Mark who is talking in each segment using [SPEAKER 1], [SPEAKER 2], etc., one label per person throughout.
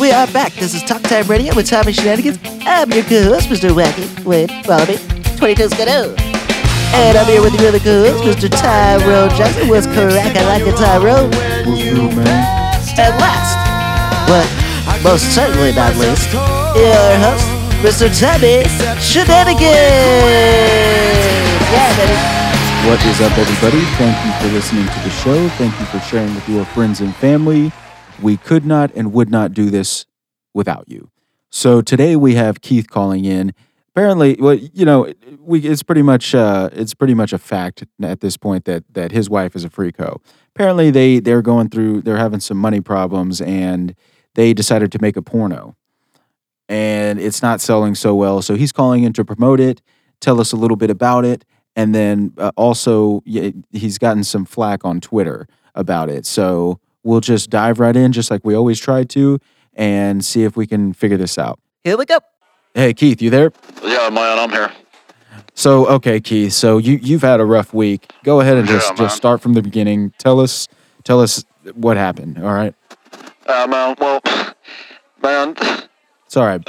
[SPEAKER 1] we are back. This is Talk Time Radio with Tommy Shenanigans. I'm your co-host, Mr. Wacky. Wait, follow me. 22 Skidoo. And I'm here with your other co-host, Mr. Tyrone Jackson. What's correct? I like it, Tyrone.
[SPEAKER 2] What's new, man?
[SPEAKER 1] And last, but most certainly not least, your host, Mr. Tommy Shenanigans. Yeah, baby.
[SPEAKER 2] What is up, everybody? Thank you for listening to the show. Thank you for sharing with your friends and family. We could not and would not do this without you. So today we have Keith calling in. Apparently, well, you know, we it's pretty much uh, it's pretty much a fact at this point that that his wife is a freako. Apparently, they they're going through they're having some money problems and they decided to make a porno and it's not selling so well. So he's calling in to promote it, tell us a little bit about it, and then uh, also y- he's gotten some flack on Twitter about it. So we'll just dive right in, just like we always try to, and see if we can figure this out.
[SPEAKER 1] Here we go.
[SPEAKER 2] Hey Keith, you there?
[SPEAKER 3] Yeah, man, I'm here.
[SPEAKER 2] So okay, Keith. So you you've had a rough week. Go ahead and just,
[SPEAKER 3] Yeah, man.
[SPEAKER 2] just start from the beginning. Tell us tell us what happened. All right.
[SPEAKER 3] Uh, man, well, man,
[SPEAKER 2] It's all right.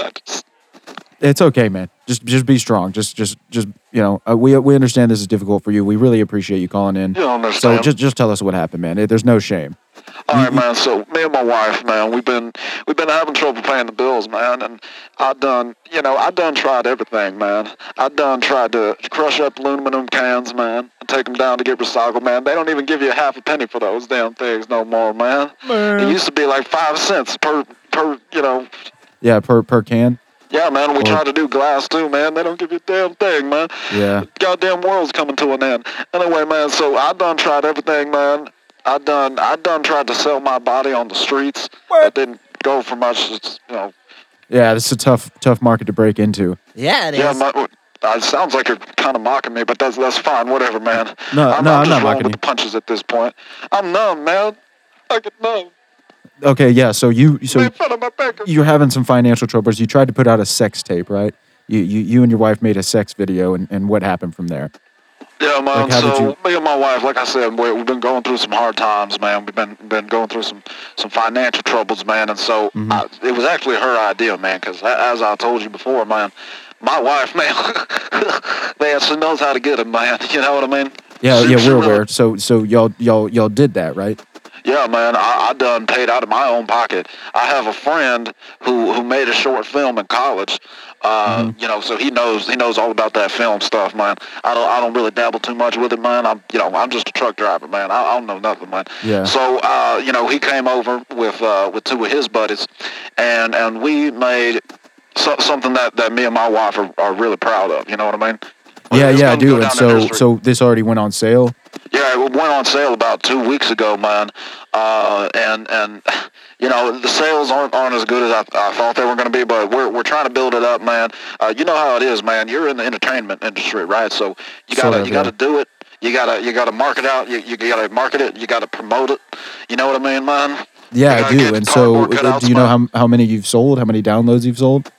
[SPEAKER 2] It's okay, man. Just just be strong. Just just just you know, uh, we we understand this is difficult for you. We really appreciate you calling in.
[SPEAKER 3] You don't
[SPEAKER 2] So
[SPEAKER 3] understand.
[SPEAKER 2] just just tell us what happened, man. Eh, There's no shame.
[SPEAKER 3] all right, man. So me and my wife, man, we've been we've been having trouble paying the bills, man. And I done, you know, I done tried everything, man. I done tried to crush up aluminum cans, man, and take them down to get recycled, man. They don't even give you a half a penny for those damn things no more, man. It used to be like five cents per per, you know.
[SPEAKER 2] Yeah, per per can.
[SPEAKER 3] Yeah, man. We
[SPEAKER 2] Well-
[SPEAKER 3] tried to do glass too, man. They don't give you a damn thing, man.
[SPEAKER 2] Yeah.
[SPEAKER 3] goddamn world's coming to an end. Anyway, man, so I done tried everything, man. I done I done tried to sell my body on the streets. That didn't go for much. It's, you know,
[SPEAKER 2] Yeah, this is a tough tough market to break into.
[SPEAKER 1] Yeah, it is.
[SPEAKER 3] yeah, my, uh, it sounds like you're kind of mocking me, but that's that's fine. Whatever, man.
[SPEAKER 2] No,
[SPEAKER 3] I'm,
[SPEAKER 2] no, I'm not
[SPEAKER 3] just rolling
[SPEAKER 2] mocking
[SPEAKER 3] with
[SPEAKER 2] you.
[SPEAKER 3] the punches at this point. I'm numb, man. Fucking numb.
[SPEAKER 2] Okay, yeah. So you so
[SPEAKER 3] in front of my baker.
[SPEAKER 2] you're having some financial troubles. You tried to put out a sex tape, right? You you you and your wife made a sex video and, and what happened from there?
[SPEAKER 3] Yeah, man.
[SPEAKER 2] Like, how did
[SPEAKER 3] so
[SPEAKER 2] you-
[SPEAKER 3] me and my wife, like I said, we, we've been going through some hard times, man. We've been been going through some some financial troubles, man. And so
[SPEAKER 2] Mm-hmm.
[SPEAKER 3] I, it was actually her idea, man. Because as I told you before, man, my wife, man, man, she knows how to get it, man. You know what I mean?
[SPEAKER 2] Yeah,
[SPEAKER 3] She-
[SPEAKER 2] yeah,
[SPEAKER 3] she
[SPEAKER 2] we're
[SPEAKER 3] really-
[SPEAKER 2] aware. So so y'all y'all y'all did that, right?
[SPEAKER 3] yeah, man, I, I done paid out of my own pocket. I have a friend who, who made a short film in college. Uh,
[SPEAKER 2] Mm-hmm.
[SPEAKER 3] You know, so he knows he knows all about that film stuff, man. I don't I don't really dabble too much with it, man. I'm you know I'm just a truck driver, man. I, I don't know nothing, man.
[SPEAKER 2] Yeah.
[SPEAKER 3] So uh, you know, he came over with uh, with two of his buddies, and and we made so, something that, that me and my wife are, are really proud of. You know what I mean?
[SPEAKER 2] Yeah,
[SPEAKER 3] It's
[SPEAKER 2] yeah, I
[SPEAKER 3] gonna go
[SPEAKER 2] do. And
[SPEAKER 3] down in
[SPEAKER 2] so
[SPEAKER 3] history.
[SPEAKER 2] so this already went on sale.
[SPEAKER 3] Yeah, it went on sale about two weeks ago, man. Uh, and and you know the sales aren't, aren't as good as I, I thought they were going to be, but we're, we're trying to build it up, man. Uh, you know how it is, man. You're in the entertainment industry, right? So you
[SPEAKER 2] Sort
[SPEAKER 3] gotta
[SPEAKER 2] of,
[SPEAKER 3] you gotta do it. You gotta you gotta market out. You, you gotta market it. You gotta promote it. You know what I mean, man? You
[SPEAKER 2] Yeah, I
[SPEAKER 3] gotta
[SPEAKER 2] do.
[SPEAKER 3] get
[SPEAKER 2] And so,
[SPEAKER 3] cardboard
[SPEAKER 2] uh,
[SPEAKER 3] cutouts,
[SPEAKER 2] do you know
[SPEAKER 3] man.
[SPEAKER 2] how, how many you've sold? How many downloads you've sold?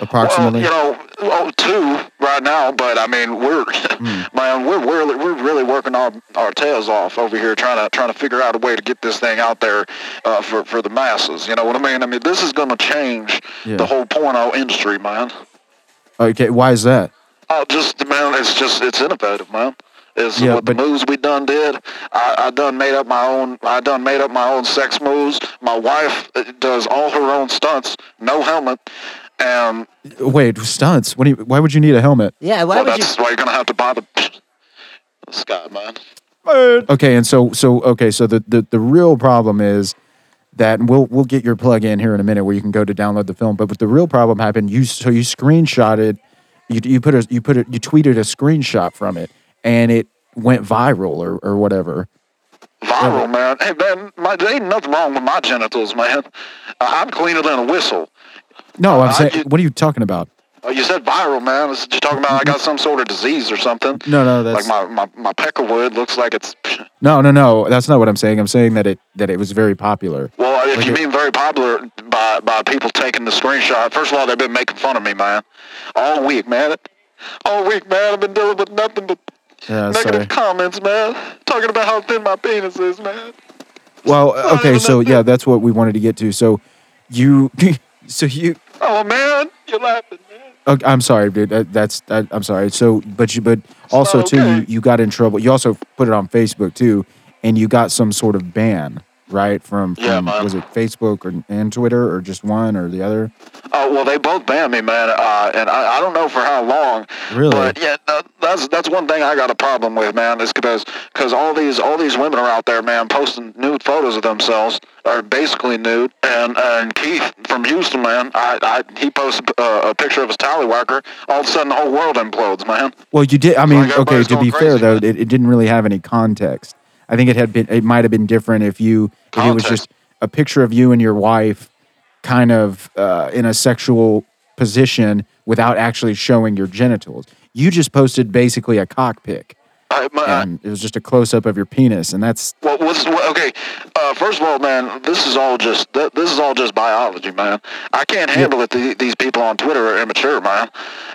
[SPEAKER 2] Approximately.
[SPEAKER 3] Well, you know, well, two right now, but I mean, we're
[SPEAKER 2] Hmm.
[SPEAKER 3] man, we're really we're really working our our tails off over here trying to trying to figure out a way to get this thing out there uh, for for the masses. You know what I mean? I mean, this is going to change
[SPEAKER 2] Yeah.
[SPEAKER 3] the whole porno industry, man.
[SPEAKER 2] Okay, why is that?
[SPEAKER 3] Oh, just man, it's just it's innovative, man. It's
[SPEAKER 2] Yeah,
[SPEAKER 3] what the
[SPEAKER 2] but-
[SPEAKER 3] moves we done did. I, I done made up my own. I done made up my own sex moves. My wife uh, does all her own stunts, no helmet, and
[SPEAKER 2] Wait, stunts. What do you, why would you need a helmet?
[SPEAKER 1] Yeah, why
[SPEAKER 3] well,
[SPEAKER 1] would you?
[SPEAKER 3] that's why you're gonna have to buy the Scott, man.
[SPEAKER 2] Okay, and so so okay, so the, the the real problem is that and we'll we'll get your plug in here in a minute where you can go to download the film. But but the real problem happened. You so you screenshotted, you you put a you put a you tweeted a screenshot from it, and it went viral or or whatever.
[SPEAKER 3] Viral, man. Hey, man, my, there ain't nothing wrong with my genitals, man. Uh, I'm cleaner than a whistle.
[SPEAKER 2] No, I'm
[SPEAKER 3] I
[SPEAKER 2] saying.
[SPEAKER 3] did-
[SPEAKER 2] what are you talking about?
[SPEAKER 3] Uh, you said viral, man. Is- you talking about I got some sort of disease or something.
[SPEAKER 2] No, no, that's-
[SPEAKER 3] like my my my pecker wood looks like it's.
[SPEAKER 2] No, no, no. That's not what I'm saying. I'm saying that it that it was very popular.
[SPEAKER 3] Well, if you
[SPEAKER 2] Okay.
[SPEAKER 3] mean very popular by by people taking the screenshot, first of all, they've been making fun of me, man, all week, man. All week, man. I've been dealing with nothing but
[SPEAKER 2] Yeah,
[SPEAKER 3] negative
[SPEAKER 2] Uh, sorry.
[SPEAKER 3] comments, man. Talking about how thin my penis is, man.
[SPEAKER 2] Well, uh, okay, so yeah, that's what we wanted to get to. So you So you,
[SPEAKER 3] Oh man, you're laughing, man.
[SPEAKER 2] oh, I'm sorry, dude. That, that's that, I'm sorry. So, but you, but also
[SPEAKER 3] not
[SPEAKER 2] too, you,
[SPEAKER 3] okay.
[SPEAKER 2] you got in trouble. You also put it on Facebook too, and you got some sort of ban, right? From,
[SPEAKER 3] Yeah,
[SPEAKER 2] from
[SPEAKER 3] man.
[SPEAKER 2] was it Facebook or and Twitter or just one or the other?
[SPEAKER 3] Oh well, they both banned me, man, uh, and I, I don't know for how long.
[SPEAKER 2] Really?
[SPEAKER 3] But yeah, no, that's that's one thing I got a problem with, man, is because because all these all these women are out there, man, posting nude photos of themselves, or basically nude. And and Keith from Houston, man, I, I he posted uh, a picture of his tallywhacker. All of a sudden, the whole world implodes, man.
[SPEAKER 2] Well, you did. I mean,
[SPEAKER 3] Like,
[SPEAKER 2] okay.
[SPEAKER 3] everybody's
[SPEAKER 2] To be
[SPEAKER 3] going
[SPEAKER 2] fair,
[SPEAKER 3] crazy,
[SPEAKER 2] though,
[SPEAKER 3] man.
[SPEAKER 2] it, it didn't really have any context. I think it had been. It might have been different if you. If it was just
[SPEAKER 3] Context.
[SPEAKER 2] a picture of you and your wife, kind of uh, in a sexual position without actually showing your genitals. You just posted basically a cock pic,
[SPEAKER 3] I, my,
[SPEAKER 2] and it was just a close up of your penis, and that's
[SPEAKER 3] Well, what's what, okay? Uh, first of all, man, this is all just th- this is all just biology, man. I can't handle it. The, these people on Twitter are immature, man.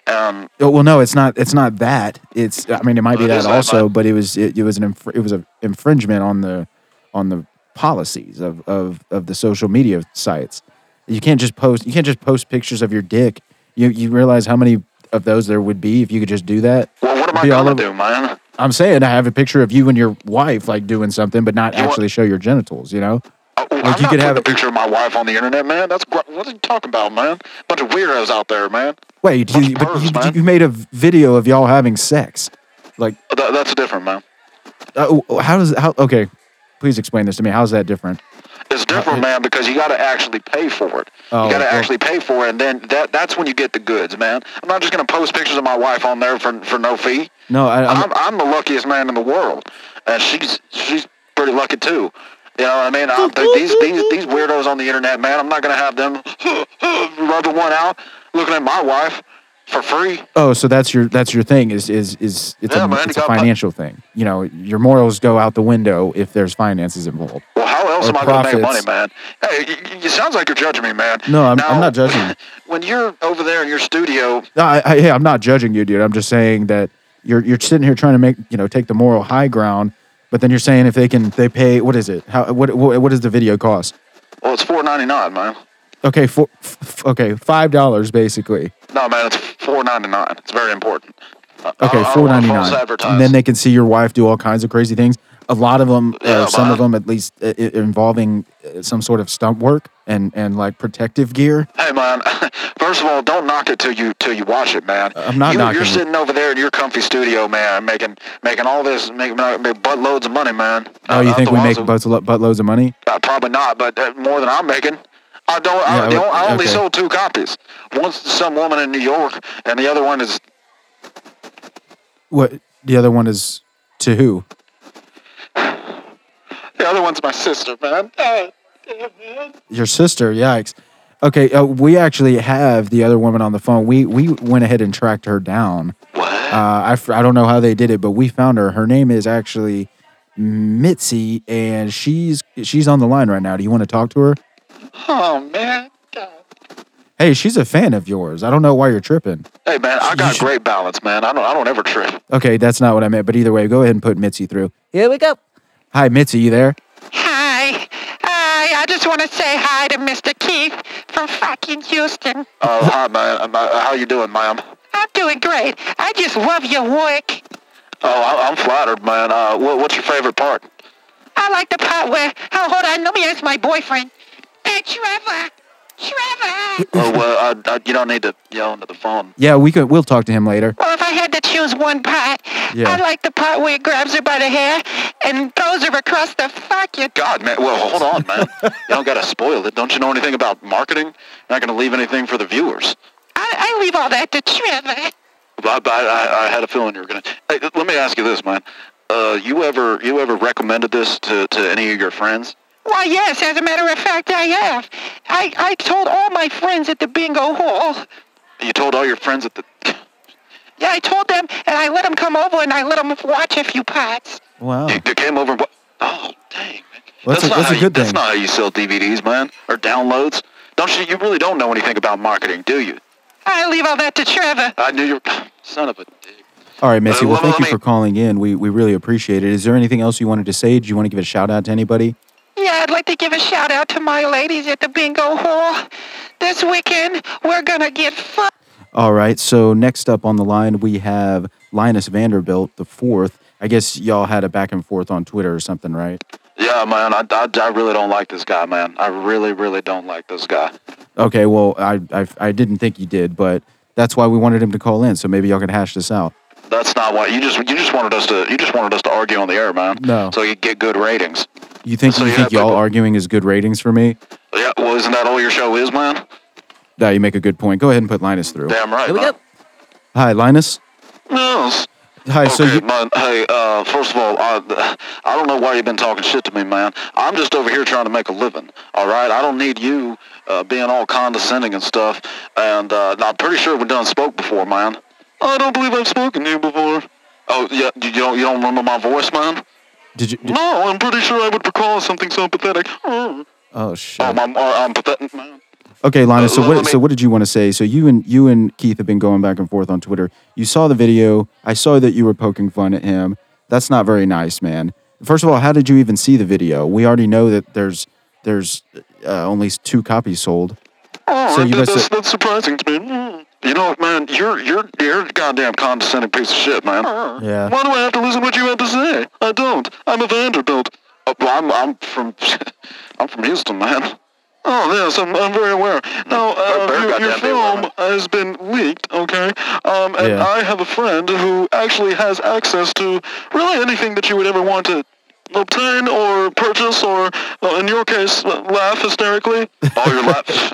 [SPEAKER 3] Um,
[SPEAKER 2] Oh, well, no, it's not. It's not that. It's. I mean, it might be
[SPEAKER 3] It
[SPEAKER 2] that
[SPEAKER 3] is that,
[SPEAKER 2] also,
[SPEAKER 3] but-
[SPEAKER 2] but it was. It, it was an. Inf- it was an infringement on the, on the policies of of of the social media sites. You can't just post. You can't just post pictures of your dick. You you realize how many of those there would be if you could just do that.
[SPEAKER 3] well, what am I
[SPEAKER 2] Be all
[SPEAKER 3] gonna
[SPEAKER 2] over-
[SPEAKER 3] do, man? Uh,
[SPEAKER 2] I'm saying I have a picture of you and your wife like doing something, but not
[SPEAKER 3] You want-
[SPEAKER 2] actually show your genitals. You know.
[SPEAKER 3] Oh, I'm
[SPEAKER 2] you
[SPEAKER 3] not
[SPEAKER 2] could
[SPEAKER 3] putting
[SPEAKER 2] have-
[SPEAKER 3] a picture of my wife on the internet, man. That's gr- what are you talking about, man? Bunch of weirdos out there, man.
[SPEAKER 2] Wait,
[SPEAKER 3] Bunch
[SPEAKER 2] you,
[SPEAKER 3] of
[SPEAKER 2] but
[SPEAKER 3] pervs,
[SPEAKER 2] you,
[SPEAKER 3] man.
[SPEAKER 2] you made a video of y'all having sex. Like,
[SPEAKER 3] Th- that's different, man.
[SPEAKER 2] uh, how does how? Okay, please explain this to me. How's that different?
[SPEAKER 3] It's different, man, because you got to actually pay for it.
[SPEAKER 2] Uh, Oh,
[SPEAKER 3] you got to
[SPEAKER 2] well-
[SPEAKER 3] actually pay for it, and then that that's when you get the goods, man. I'm not just gonna post pictures of my wife on there for for no fee.
[SPEAKER 2] No, I, I'm,
[SPEAKER 3] I'm, I'm the luckiest man in the world, and she's she's pretty lucky too. You know what I mean? I, th- these these these weirdos on the internet, man. I'm not gonna have them rubbing one out, looking at my wife for free.
[SPEAKER 2] Oh, so that's your that's your thing is is is it's
[SPEAKER 3] Yeah,
[SPEAKER 2] a,
[SPEAKER 3] man, you
[SPEAKER 2] it's a
[SPEAKER 3] got my-
[SPEAKER 2] financial thing. You know, your morals go out the window if there's finances involved.
[SPEAKER 3] Well, how else
[SPEAKER 2] Or
[SPEAKER 3] am I gonna make money,
[SPEAKER 2] profits.
[SPEAKER 3] man? Hey, y- y- it sounds like you're judging me, man.
[SPEAKER 2] No, I'm- I'm not judging you.
[SPEAKER 3] When you're over there in your studio,
[SPEAKER 2] No, I, I, hey, I'm not judging you, dude. I'm just saying that you're you're sitting here trying to make you know take the moral high ground, but then you're saying if they can they pay what is it? How what what, what does the video cost?
[SPEAKER 3] well, it's four ninety nine, man.
[SPEAKER 2] Okay, four, f- f- okay, five dollars basically.
[SPEAKER 3] No, man, it's four ninety nine. It's very important. I- I-
[SPEAKER 2] Okay,
[SPEAKER 3] I don't
[SPEAKER 2] four
[SPEAKER 3] wanna
[SPEAKER 2] ninety
[SPEAKER 3] false
[SPEAKER 2] nine, and
[SPEAKER 3] advertise.
[SPEAKER 2] then they can see your wife do all kinds of crazy things. A lot of them,
[SPEAKER 3] Yeah,
[SPEAKER 2] uh, some of
[SPEAKER 3] man.
[SPEAKER 2] them at least, uh, i- involving uh, some sort of stunt work and and like protective gear.
[SPEAKER 3] Hey man, first of all, don't knock it till you till you watch it, man.
[SPEAKER 2] Uh, I'm not
[SPEAKER 3] you,
[SPEAKER 2] knocking
[SPEAKER 3] You're
[SPEAKER 2] it.
[SPEAKER 3] sitting over there in your comfy studio, man, making making all this, making, uh, making butt loads of money, man.
[SPEAKER 2] Oh, you
[SPEAKER 3] Out
[SPEAKER 2] think
[SPEAKER 3] the
[SPEAKER 2] we make
[SPEAKER 3] wazoo.
[SPEAKER 2] butt, buttloads of money?
[SPEAKER 3] Uh, probably not, but uh, more than I'm making. I don't.
[SPEAKER 2] Yeah,
[SPEAKER 3] I,
[SPEAKER 2] I
[SPEAKER 3] the
[SPEAKER 2] would-
[SPEAKER 3] on- I only
[SPEAKER 2] okay.
[SPEAKER 3] sold two copies. One's to some woman in New York, and the other one is
[SPEAKER 2] What the other one is to who?
[SPEAKER 3] the other one's my sister, man. Uh,
[SPEAKER 2] Your sister? Yikes. Okay, uh, we actually have the other woman on the phone. We we went ahead and tracked her down.
[SPEAKER 3] what?
[SPEAKER 2] Uh, I, f- I don't know how they did it, but we found her. Her name is actually Mitzi, and she's she's on the line right now. Do you want to talk to her?
[SPEAKER 3] oh man. God.
[SPEAKER 2] Hey, she's a fan of yours. I don't know why you're tripping.
[SPEAKER 3] Hey man, I got
[SPEAKER 2] should-
[SPEAKER 3] great balance, man. I don't. I don't ever trip.
[SPEAKER 2] Okay, that's not what I meant. But either way, go ahead and put Mitzi through.
[SPEAKER 1] Here we go.
[SPEAKER 2] Hi, Mitzi, you there?
[SPEAKER 4] Hi. Hi. I just want to say hi to Mr. Keith from fucking Houston.
[SPEAKER 3] Uh, hi man. Um, uh, How you doing, ma'am?
[SPEAKER 4] I'm doing great. I just love your work.
[SPEAKER 3] Oh, I- I'm flattered, man. Uh, what, what's your favorite part?
[SPEAKER 4] I like the part where, oh, hold on, let me ask my boyfriend. Hey, Trevor. Trevor.
[SPEAKER 3] Oh, well, I, I, you don't need to yell into the phone.
[SPEAKER 2] Yeah, we could. We'll talk to him later.
[SPEAKER 4] Well, if I had to choose one part,
[SPEAKER 2] Yeah.
[SPEAKER 4] I like the part where he grabs her by the hair and throws her across the fucking...
[SPEAKER 3] God, man. Well, hold on, man. you don't gotta spoil it. Don't you know anything about marketing? You're not gonna leave anything for the viewers.
[SPEAKER 4] I, I leave all that to Trevor.
[SPEAKER 3] I, I, I, I had a feeling you were gonna. Hey, let me ask you this, man. Uh, you ever you ever recommended this to, to any of your friends?
[SPEAKER 4] Why, yes, as a matter of fact, I have. I, I told all my friends at the bingo hall.
[SPEAKER 3] You told all your friends at the.
[SPEAKER 4] Yeah, I told them, and I let them come over, and I let them watch a few parts.
[SPEAKER 2] Wow.
[SPEAKER 3] You, you came over. and wa- Oh, dang. man.
[SPEAKER 2] Well, that's a-
[SPEAKER 3] not
[SPEAKER 2] that's
[SPEAKER 3] how
[SPEAKER 2] a
[SPEAKER 3] you-
[SPEAKER 2] good
[SPEAKER 3] That's
[SPEAKER 2] thing.
[SPEAKER 3] not how you sell DVDs, man, or downloads. Don't you? You really don't know anything about marketing, do you?
[SPEAKER 4] I leave all that to Trevor.
[SPEAKER 3] I knew you were. Son of a dick.
[SPEAKER 2] All right, Mitzi.
[SPEAKER 3] Uh,
[SPEAKER 2] Well,
[SPEAKER 3] well,
[SPEAKER 2] thank you
[SPEAKER 3] let
[SPEAKER 2] for
[SPEAKER 3] me-
[SPEAKER 2] calling in. We we really appreciate it. Is there anything else you wanted to say? Do you want to give a shout out to anybody?
[SPEAKER 4] Yeah, I'd like to give a shout out to my ladies at the bingo hall. This weekend, we're gonna get fucked.
[SPEAKER 2] All right. So next up on the line, we have Linus Vanderbilt the fourth. I guess y'all had a back and forth on Twitter or something, right?
[SPEAKER 3] Yeah, man, I, I, I really don't like this guy, man. I really, really don't like this guy.
[SPEAKER 2] Okay. Well, I I, I didn't think you did, but that's why we wanted him to call in. So maybe y'all can hash this out.
[SPEAKER 3] That's not why you just you just wanted us to you just wanted us to argue on the air, man.
[SPEAKER 2] No.
[SPEAKER 3] So you get good ratings.
[SPEAKER 2] You think
[SPEAKER 3] So
[SPEAKER 2] you
[SPEAKER 3] you
[SPEAKER 2] think
[SPEAKER 3] have
[SPEAKER 2] y'all
[SPEAKER 3] people-
[SPEAKER 2] arguing is good ratings for me?
[SPEAKER 3] Yeah. Well, isn't that all your show is, man?
[SPEAKER 2] Yeah, you make a good point. Go ahead and put Linus through.
[SPEAKER 3] Damn right.
[SPEAKER 1] Here we
[SPEAKER 3] man.
[SPEAKER 1] go.
[SPEAKER 2] Hi, Linus.
[SPEAKER 3] Yes.
[SPEAKER 2] Hi.
[SPEAKER 3] Okay,
[SPEAKER 2] so you,
[SPEAKER 3] man. Hey, uh, first of all, I, I don't know why you've been talking shit to me, man. I'm just over here trying to make a living. All right, I don't need you uh, being all condescending and stuff. And uh, I'm pretty sure we done spoke before, man. I don't believe I've spoken to you before. Oh, yeah, you you don't you don't remember my voice, man?
[SPEAKER 2] did you? Did,
[SPEAKER 3] No, I'm pretty sure I would recall something so pathetic. Oh,
[SPEAKER 2] oh
[SPEAKER 3] I'm,
[SPEAKER 2] shit.
[SPEAKER 3] I'm, I'm pathetic, man.
[SPEAKER 2] Okay, Linus. So
[SPEAKER 3] Uh, let
[SPEAKER 2] what?
[SPEAKER 3] me-
[SPEAKER 2] So what did you want to say? So you and you and Keith have been going back and forth on Twitter. You saw the video. I saw that you were poking fun at him. That's not very nice, man. First of all, how did you even see the video? We already know that there's there's uh, only two copies sold.
[SPEAKER 3] Oh,
[SPEAKER 2] So you
[SPEAKER 3] that-
[SPEAKER 2] must
[SPEAKER 3] that's,
[SPEAKER 2] have-
[SPEAKER 3] that's surprising to me. Mm. You know what, man? You're you're you're a goddamn condescending piece of shit, man.
[SPEAKER 2] Yeah.
[SPEAKER 3] Why do I have to listen to what you have to say? I don't. I'm a Vanderbilt. Uh, well, I'm I'm from I'm from Houston, man. Oh yes, I'm, I'm very aware. Now uh,
[SPEAKER 5] Very
[SPEAKER 3] your, your
[SPEAKER 5] goddamn aware,
[SPEAKER 3] film has been leaked, okay? Um, and
[SPEAKER 2] Yeah.
[SPEAKER 3] I have a friend who actually has access to really anything that you would ever want to obtain or purchase or, uh, in your case, uh, laugh hysterically. Oh, your laugh.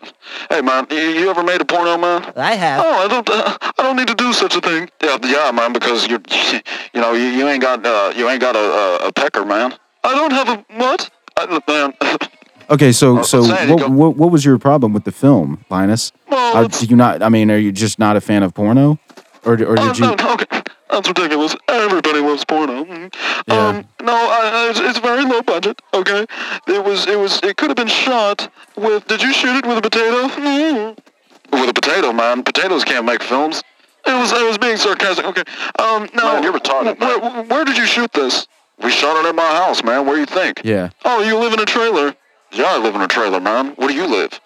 [SPEAKER 3] hey, man, you, you ever made a porno, man?
[SPEAKER 1] I have.
[SPEAKER 3] Oh, I don't. Uh, I don't need to do such a thing. Yeah, yeah, man, because you, are you know, you, you ain't got, uh, you ain't got a, a, a pecker, man. I don't have a what? I, look, man.
[SPEAKER 2] Okay, so
[SPEAKER 3] was
[SPEAKER 2] so
[SPEAKER 3] saying, you
[SPEAKER 2] what,
[SPEAKER 3] go-
[SPEAKER 2] what what was your problem with the film, Linus?
[SPEAKER 3] Well,
[SPEAKER 2] Uh,
[SPEAKER 3] it's-
[SPEAKER 2] do you not? I mean, are you just not a fan of porno, or or
[SPEAKER 3] Oh,
[SPEAKER 2] did you?
[SPEAKER 3] no, no, okay. That's ridiculous. Everybody loves porno. Mm.
[SPEAKER 2] Yeah.
[SPEAKER 3] Um, no, I, I, it's, it's very low budget. Okay, it was, it was, it could have been shot with. Did you shoot it with a potato? Mm. With a potato, man. Potatoes can't make films. It was, I was being sarcastic. Okay. Um, no.
[SPEAKER 5] Man, you're retarded,
[SPEAKER 3] Where, where did you shoot this? We shot it at my house, man. Where do you think?
[SPEAKER 2] Yeah.
[SPEAKER 3] Oh, you live in a trailer? Yeah, I live in a trailer, man. Where do you live?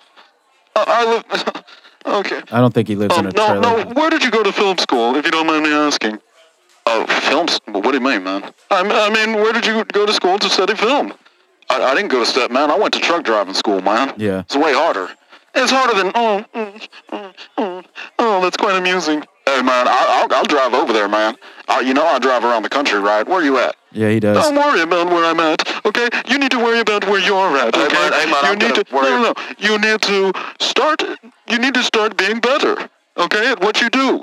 [SPEAKER 3] Uh, I live. okay.
[SPEAKER 2] I don't think he lives
[SPEAKER 3] Um,
[SPEAKER 2] in a
[SPEAKER 3] no,
[SPEAKER 2] trailer.
[SPEAKER 3] no. Where did you go to film school, if you don't mind me asking? Oh, film. s- What do you mean, man? I, m- I mean, where did you go to school to study film? I, I didn't go to step, man. I went to truck driving school, man.
[SPEAKER 2] Yeah.
[SPEAKER 3] It's way harder. It's harder than. Oh, mm, mm, mm. oh, that's quite amusing. Hey, man, I, I'll, I'll drive over there, man. I, you know I drive around the country, right? Where you at?
[SPEAKER 2] Yeah, he does.
[SPEAKER 3] Don't worry about where I'm at, okay? You need to worry about where you're at, okay?
[SPEAKER 5] man, hey, man,
[SPEAKER 3] you
[SPEAKER 5] I'm
[SPEAKER 3] need
[SPEAKER 5] gonna
[SPEAKER 3] to
[SPEAKER 5] worry-
[SPEAKER 3] no, no, no. You need to start. You need to start being better, okay? At what you do.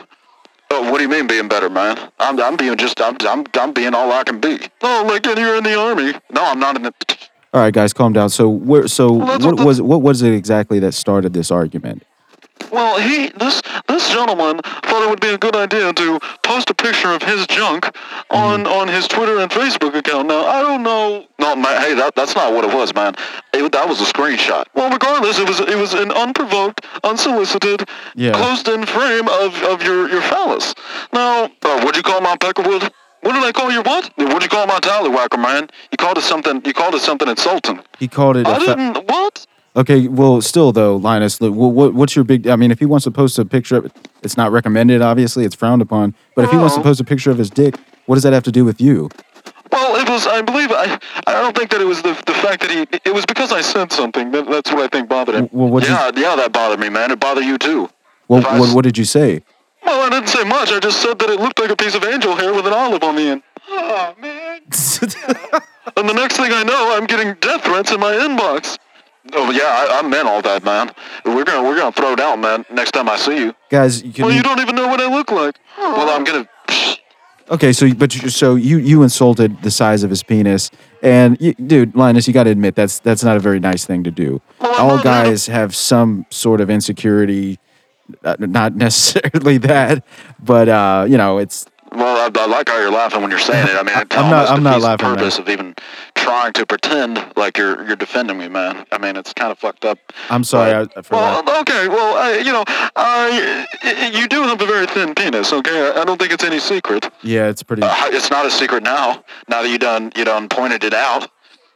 [SPEAKER 3] Oh, what do you mean being better, man? I'm, I'm being just. I'm, I'm, I'm being all I can be. Oh, like and you're in the army. No, I'm not in the.
[SPEAKER 2] All right, guys, calm down. So where? So
[SPEAKER 3] that's
[SPEAKER 2] what
[SPEAKER 3] what-
[SPEAKER 2] was what was it exactly that started this argument?
[SPEAKER 3] Well, he this this gentleman thought it would be a good idea to post a picture of his junk
[SPEAKER 2] Mm-hmm.
[SPEAKER 3] on on his Twitter and Facebook account. Now I don't know. No, man. Hey, that, that's not what it was, man. It, that was a screenshot. Well, regardless, it was it was an unprovoked, unsolicited,
[SPEAKER 2] Yeah.
[SPEAKER 3] closed-in frame of, of your your phallus. Now, uh, what'd you call my peckerwood? What did I call your what? What'd you call my tallywhacker, man? You called it something. You called it something insulting.
[SPEAKER 2] He called it.
[SPEAKER 3] I
[SPEAKER 2] a fa-
[SPEAKER 3] didn't. What?
[SPEAKER 2] okay, well, still though, Linus, look, wha- what, what's your big? I mean, if he wants to post a picture, of it's not recommended. Obviously, it's frowned upon. But if he wants to
[SPEAKER 3] No.
[SPEAKER 2] post a picture of his dick, what does that have to do with you?
[SPEAKER 3] Well, it was. I believe. I. I don't think that it was the the fact that he. It was because I said something. That, that's what I think bothered him.
[SPEAKER 2] Well, what'd you-
[SPEAKER 3] yeah, yeah, that bothered me, man. It bothered you too.
[SPEAKER 2] Well,
[SPEAKER 3] If I
[SPEAKER 2] what,
[SPEAKER 3] s-
[SPEAKER 2] what did you say?
[SPEAKER 3] Well, I didn't say much. I just said that it looked like a piece of angel hair with an olive on the end. Oh man. and the next thing I know, I'm getting death threats in my inbox. Oh yeah, I, I meant all that, man. We're gonna we're gonna throw down, man. Next time I see you.
[SPEAKER 2] Guys, you can,
[SPEAKER 3] Well, you don't even know what I look like. Well, I'm gonna.
[SPEAKER 2] okay. So, but you- so you you insulted the size of his penis, and you, dude, Linus, you got to admit that's that's not a very nice thing to do.
[SPEAKER 3] Well, I'm
[SPEAKER 2] All
[SPEAKER 3] not- I don't-
[SPEAKER 2] guys have some sort of insecurity, uh, not necessarily that, but uh, you know, it's
[SPEAKER 3] Well, I, I like how you're laughing when you're saying it. I mean, it
[SPEAKER 2] I'm not-
[SPEAKER 3] almost
[SPEAKER 2] I'm not
[SPEAKER 3] defeats
[SPEAKER 2] laughing, man.
[SPEAKER 3] The purpose of even trying to pretend like you're you're defending me, man. I mean, it's kind of fucked up.
[SPEAKER 2] I'm sorry
[SPEAKER 3] But-
[SPEAKER 2] I, for
[SPEAKER 3] well,
[SPEAKER 2] that.
[SPEAKER 3] okay. Well, I, you know, I y- you do have a very thin penis. Okay, I, I don't think it's any secret.
[SPEAKER 2] Yeah, it's pretty.
[SPEAKER 3] Uh, it's not a secret now. Now that you done you done pointed it out.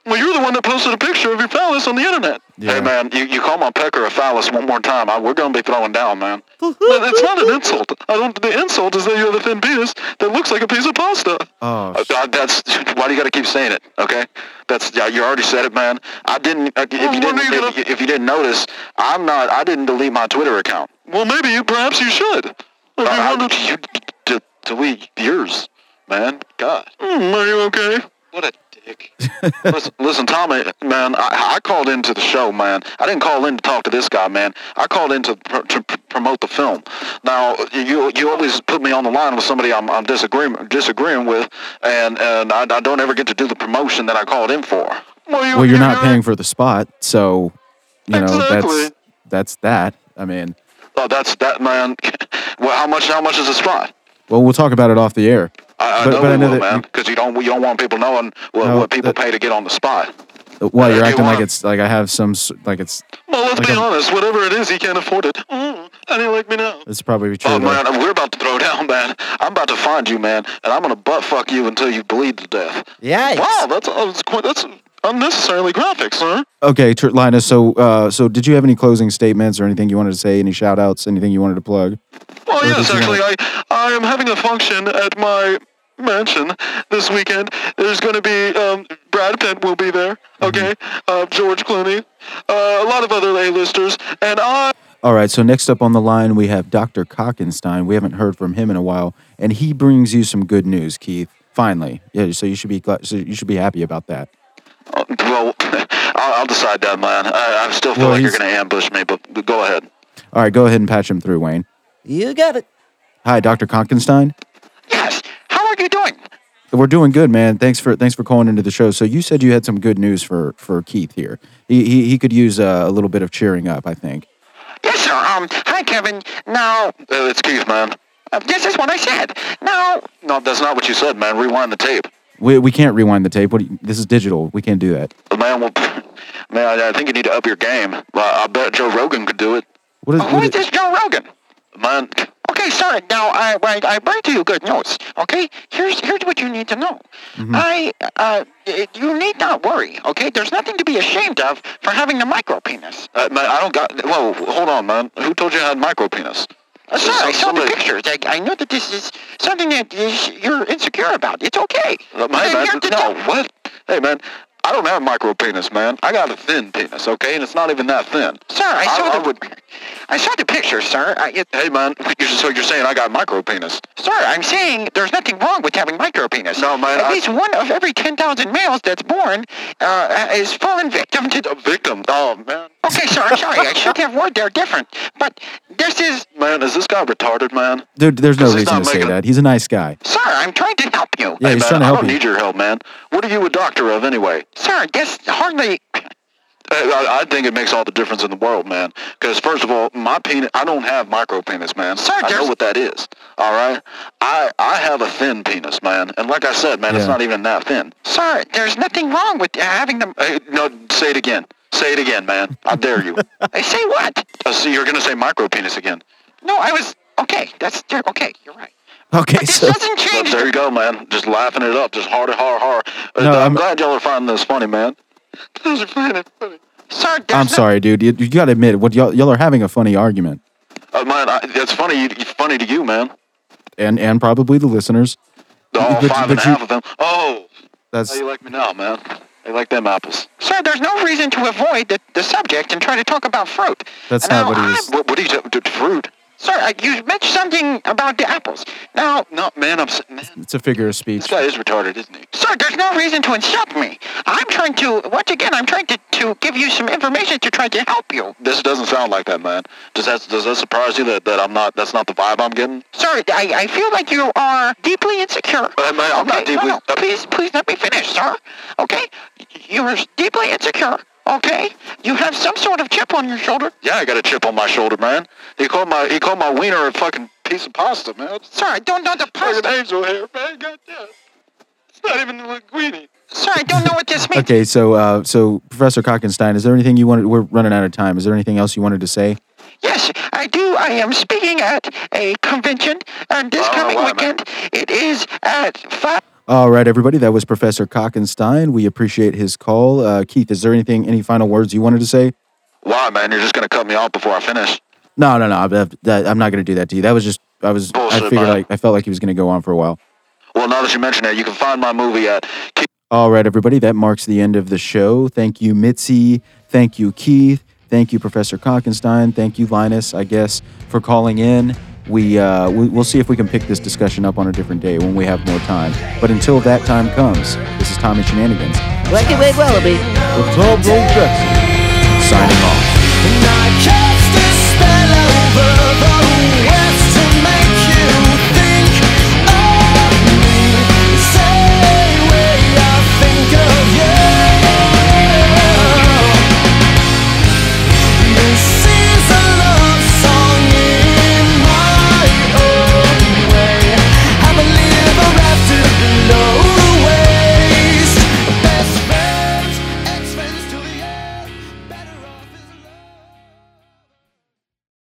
[SPEAKER 3] Well, you're the one that posted a picture of your phallus on the internet.
[SPEAKER 2] Yeah.
[SPEAKER 3] Hey, man, you, you call my pecker a phallus one more time, I, we're going to be throwing down, man. No, It's not an insult. I don't. The insult is that you have a thin penis that looks like a piece of pasta.
[SPEAKER 2] Oh,
[SPEAKER 3] Uh, uh, that's why do you got to keep saying it? Okay, that's yeah, you already said it, man. I didn't. Uh, if you
[SPEAKER 5] when
[SPEAKER 3] didn't,
[SPEAKER 5] are you
[SPEAKER 3] if, you didn't notice, I'm not. I didn't delete my Twitter account. Well, maybe you. Perhaps you should. If you want to, d- delete yours, man. God. Hmm, are you okay? What a dick. listen, listen, Tommy, man. I, I called into the show, man. I didn't call in to talk to this guy, man. I called in to, pr- to pr- promote the film. Now, you you always put me on the line with somebody I'm, I'm disagreeing disagreeing with, and and I, I don't ever get to do the promotion that I called in for.
[SPEAKER 2] well, you're not paying for the spot, so you know that's
[SPEAKER 3] Exactly.
[SPEAKER 2] that's that. I mean,
[SPEAKER 3] Oh, that's that, man. well, how much? How much is the spot?
[SPEAKER 2] well, we'll talk about it off the air.
[SPEAKER 3] I, I
[SPEAKER 2] But-
[SPEAKER 3] know
[SPEAKER 2] but
[SPEAKER 3] we
[SPEAKER 2] I know
[SPEAKER 3] will,
[SPEAKER 2] that-
[SPEAKER 3] man, because you don't you don't want people knowing what,
[SPEAKER 2] No,
[SPEAKER 3] what people
[SPEAKER 2] that-
[SPEAKER 3] pay to get on the spot.
[SPEAKER 2] Well, you're
[SPEAKER 3] If you
[SPEAKER 2] acting like
[SPEAKER 3] want-
[SPEAKER 2] it's like I have some s- like it's
[SPEAKER 3] Well, let's
[SPEAKER 2] Like
[SPEAKER 3] be
[SPEAKER 2] a-
[SPEAKER 3] honest. Whatever it is, he can't afford it. Mm, and he like me now.
[SPEAKER 2] it's probably true.
[SPEAKER 3] Oh
[SPEAKER 2] though.
[SPEAKER 3] man, we're about to throw down, man. I'm about to find you, man, and I'm gonna butt fuck you until you bleed to death.
[SPEAKER 1] Yikes.
[SPEAKER 3] Wow, that's uh, that's quite, that's unnecessarily graphic, sir.
[SPEAKER 2] Okay, Tr- Linus. So, uh, so did you have any closing statements or anything you wanted to say? Any shout outs? Anything you wanted to plug?
[SPEAKER 3] Well, yes,
[SPEAKER 2] did you
[SPEAKER 3] actually, I I am having a function at my mansion this weekend. There's going to be um, Brad Pitt will be there.
[SPEAKER 4] Mm-hmm.
[SPEAKER 3] Okay, uh, George Clooney, uh, a lot of other A-listers, and I.
[SPEAKER 2] All right. So next up on the line we have Dr. Cockenstein. We haven't heard from him in a while, and he brings you some good news, Keith. Finally, yeah. So you should be gl- so you should be happy about that.
[SPEAKER 3] Uh, Well, I'll, I'll decide that, man. I, I still feel
[SPEAKER 2] Well,
[SPEAKER 3] like you're
[SPEAKER 2] he's-
[SPEAKER 3] going to ambush me, but go ahead.
[SPEAKER 2] All right, go ahead and patch him through, Wayne.
[SPEAKER 1] You got it.
[SPEAKER 2] Hi, Dr. Conkenstein.
[SPEAKER 4] Yes. How are you doing?
[SPEAKER 2] We're doing good, man. Thanks for thanks for calling into the show. So you said you had some good news for for Keith here. He he, he could use uh, a little bit of cheering up, I think.
[SPEAKER 4] Yes, sir. Um, hi, Kevin. Now,
[SPEAKER 3] Uh, it's Keith, man.
[SPEAKER 4] uh, this is what I said. Now,
[SPEAKER 3] No, that's not what you said, man. Rewind the tape.
[SPEAKER 2] We, we can't rewind the tape. What do you, this is digital. We can't do that.
[SPEAKER 3] Man, well, man, I think you need to up your game. I, I bet Joe Rogan could do it.
[SPEAKER 2] What is,
[SPEAKER 4] who
[SPEAKER 2] what
[SPEAKER 4] is
[SPEAKER 2] is
[SPEAKER 4] this Joe Rogan?
[SPEAKER 3] Man,
[SPEAKER 4] Okay, sorry. Now I, I I bring to you good news. Okay, here's here's what you need to know.
[SPEAKER 3] Mm-hmm.
[SPEAKER 4] I uh, y- you need not worry. Okay, there's nothing to be ashamed of for having a micro penis.
[SPEAKER 3] uh, man, I don't got. Whoa, hold on, man. Who told you I had micro penis?
[SPEAKER 4] Uh, sorry, I saw the
[SPEAKER 3] somebody-
[SPEAKER 4] pictures. I, I know that this is something that is, you're insecure about. It's okay.
[SPEAKER 3] Uh,
[SPEAKER 4] Then
[SPEAKER 3] man, man,
[SPEAKER 4] you're the-
[SPEAKER 3] no, what? Hey, man, I don't have micro penis, man. I got a thin penis, okay, and it's not even that thin.
[SPEAKER 4] Sir, I
[SPEAKER 3] I-
[SPEAKER 4] saw
[SPEAKER 3] I
[SPEAKER 4] the
[SPEAKER 3] would-
[SPEAKER 4] I saw the picture, sir. I, it,
[SPEAKER 3] Hey, man, you're, so you're saying I got micro penis?
[SPEAKER 4] sir, I'm saying there's nothing wrong with having micro penis.
[SPEAKER 3] No, man,
[SPEAKER 4] At
[SPEAKER 3] I-
[SPEAKER 4] least one of every ten thousand males that's born uh, is fallen victim to.
[SPEAKER 3] A victim? Oh, man.
[SPEAKER 4] Okay, sorry, sorry. I should have word there different. But this is,
[SPEAKER 3] Man, is this guy retarded, man?
[SPEAKER 2] there, there's no
[SPEAKER 3] This is
[SPEAKER 2] reason to
[SPEAKER 3] not
[SPEAKER 2] say
[SPEAKER 3] making-
[SPEAKER 2] that. He's a nice guy.
[SPEAKER 4] sir, I'm trying to help you.
[SPEAKER 2] Yeah,
[SPEAKER 3] hey,
[SPEAKER 2] he's
[SPEAKER 3] man,
[SPEAKER 2] trying to
[SPEAKER 3] I
[SPEAKER 2] help
[SPEAKER 3] don't
[SPEAKER 2] you.
[SPEAKER 3] need your help, man. What are you a doctor of, anyway?
[SPEAKER 4] Sir, that's hardly.
[SPEAKER 3] Hey, I, I think it makes all the difference in the world, man. Because first of all, my penis, I don't have micro penis, man.
[SPEAKER 4] Sir,
[SPEAKER 3] I know
[SPEAKER 4] there's-
[SPEAKER 3] what that is. All right, I I have a thin penis, man. And like I said, man,
[SPEAKER 2] Yeah.
[SPEAKER 3] it's not even that thin.
[SPEAKER 4] Sir, there's nothing wrong with uh, having them.
[SPEAKER 3] Hey, no, say it again. Say it again, man. I dare you.
[SPEAKER 4] I say what?
[SPEAKER 3] I see you're gonna say micro penis again.
[SPEAKER 4] No, I was okay. That's okay. You're right.
[SPEAKER 2] Okay,
[SPEAKER 4] This
[SPEAKER 2] so
[SPEAKER 4] doesn't
[SPEAKER 3] But
[SPEAKER 4] change.
[SPEAKER 3] there you go, man. Just laughing it up. Just hard, hard, hard.
[SPEAKER 2] No,
[SPEAKER 3] Uh, I'm,
[SPEAKER 2] I'm-
[SPEAKER 3] glad y'all are finding this funny, man.
[SPEAKER 4] Those are funny, funny. Sir, there's
[SPEAKER 2] I'm
[SPEAKER 4] no-
[SPEAKER 2] sorry, dude. You, you got to admit, it. what y'all, y'all are having a funny argument,
[SPEAKER 3] Uh, man, I, it's funny. You, it's funny to you, man.
[SPEAKER 2] and and probably the listeners.
[SPEAKER 3] All
[SPEAKER 2] But-
[SPEAKER 3] five
[SPEAKER 2] but
[SPEAKER 3] and a half
[SPEAKER 2] you-
[SPEAKER 3] of them. Oh, how
[SPEAKER 2] That's
[SPEAKER 3] you like me now, man? They like them apples.
[SPEAKER 4] Sir, there's no reason to avoid the, the subject and try to talk about fruit.
[SPEAKER 2] That's
[SPEAKER 4] Now,
[SPEAKER 2] not what he
[SPEAKER 4] I'm-
[SPEAKER 2] was-
[SPEAKER 3] What, what are you talking? Fruit?
[SPEAKER 4] Sir, I- you mentioned something about the apples. Now,
[SPEAKER 3] No, man, I'm. s- Man,
[SPEAKER 2] it's a figure of
[SPEAKER 3] this
[SPEAKER 2] speech.
[SPEAKER 3] guy is retarded, isn't he?
[SPEAKER 4] sir, there's no reason to insult me. I'm trying to, once again, I'm trying to, to give you some information to try to help you.
[SPEAKER 3] This doesn't sound like that, man. Does that does that surprise you that, that I'm not? That's not the vibe I'm getting.
[SPEAKER 4] Sir, I, I feel like you are deeply insecure.
[SPEAKER 3] Uh, man, I'm not uh,
[SPEAKER 4] Okay,
[SPEAKER 3] deeply-
[SPEAKER 4] No, no, please, please let me finish, sir. Okay? You are deeply insecure, okay? You have some sort of chip on your shoulder.
[SPEAKER 3] Yeah, I got a chip on my shoulder, man. He called my he called my wiener a fucking piece of pasta, man. It's
[SPEAKER 4] Sir, I don't know the
[SPEAKER 3] fucking
[SPEAKER 4] pasta.
[SPEAKER 3] angel hair, man. Goddamn. It's not even a linguine.
[SPEAKER 4] Sir, I don't know what this means.
[SPEAKER 2] Okay, so uh, so Professor Cockenstein, is there anything you wanted? We're running out of time. Is there anything else you wanted to say?
[SPEAKER 4] Yes, I do. I am speaking at a convention um, this
[SPEAKER 3] Oh,
[SPEAKER 4] coming
[SPEAKER 3] wow, man.
[SPEAKER 4] weekend. It is at five.
[SPEAKER 2] All right, everybody. That was Professor Cockenstein. We appreciate his call. Uh, Keith, is there anything, any final words you wanted to say?
[SPEAKER 3] Why, man? You're just gonna cut me off before I finish.
[SPEAKER 2] No, no, no. I'm, that- I'm not going to do that to you. That was just, I was, I
[SPEAKER 3] Bullshit,
[SPEAKER 2] figured,
[SPEAKER 3] man.
[SPEAKER 2] like, I felt like he was going to go on for a while.
[SPEAKER 3] Well, now that you mention it, you can find my movie at
[SPEAKER 2] All right, everybody, that marks the end of the show. Thank you, Mitzi. Thank you, Keith. Thank you, Professor Cockenstein. Thank you, Linus, I guess, for calling in. We, uh, we, we'll see if we can pick this discussion up on a different day when we have more time. But until that time comes, this is Tommy Shenanigans
[SPEAKER 1] Black and White Wallaby.
[SPEAKER 2] with Tom Roll Jackson signing off.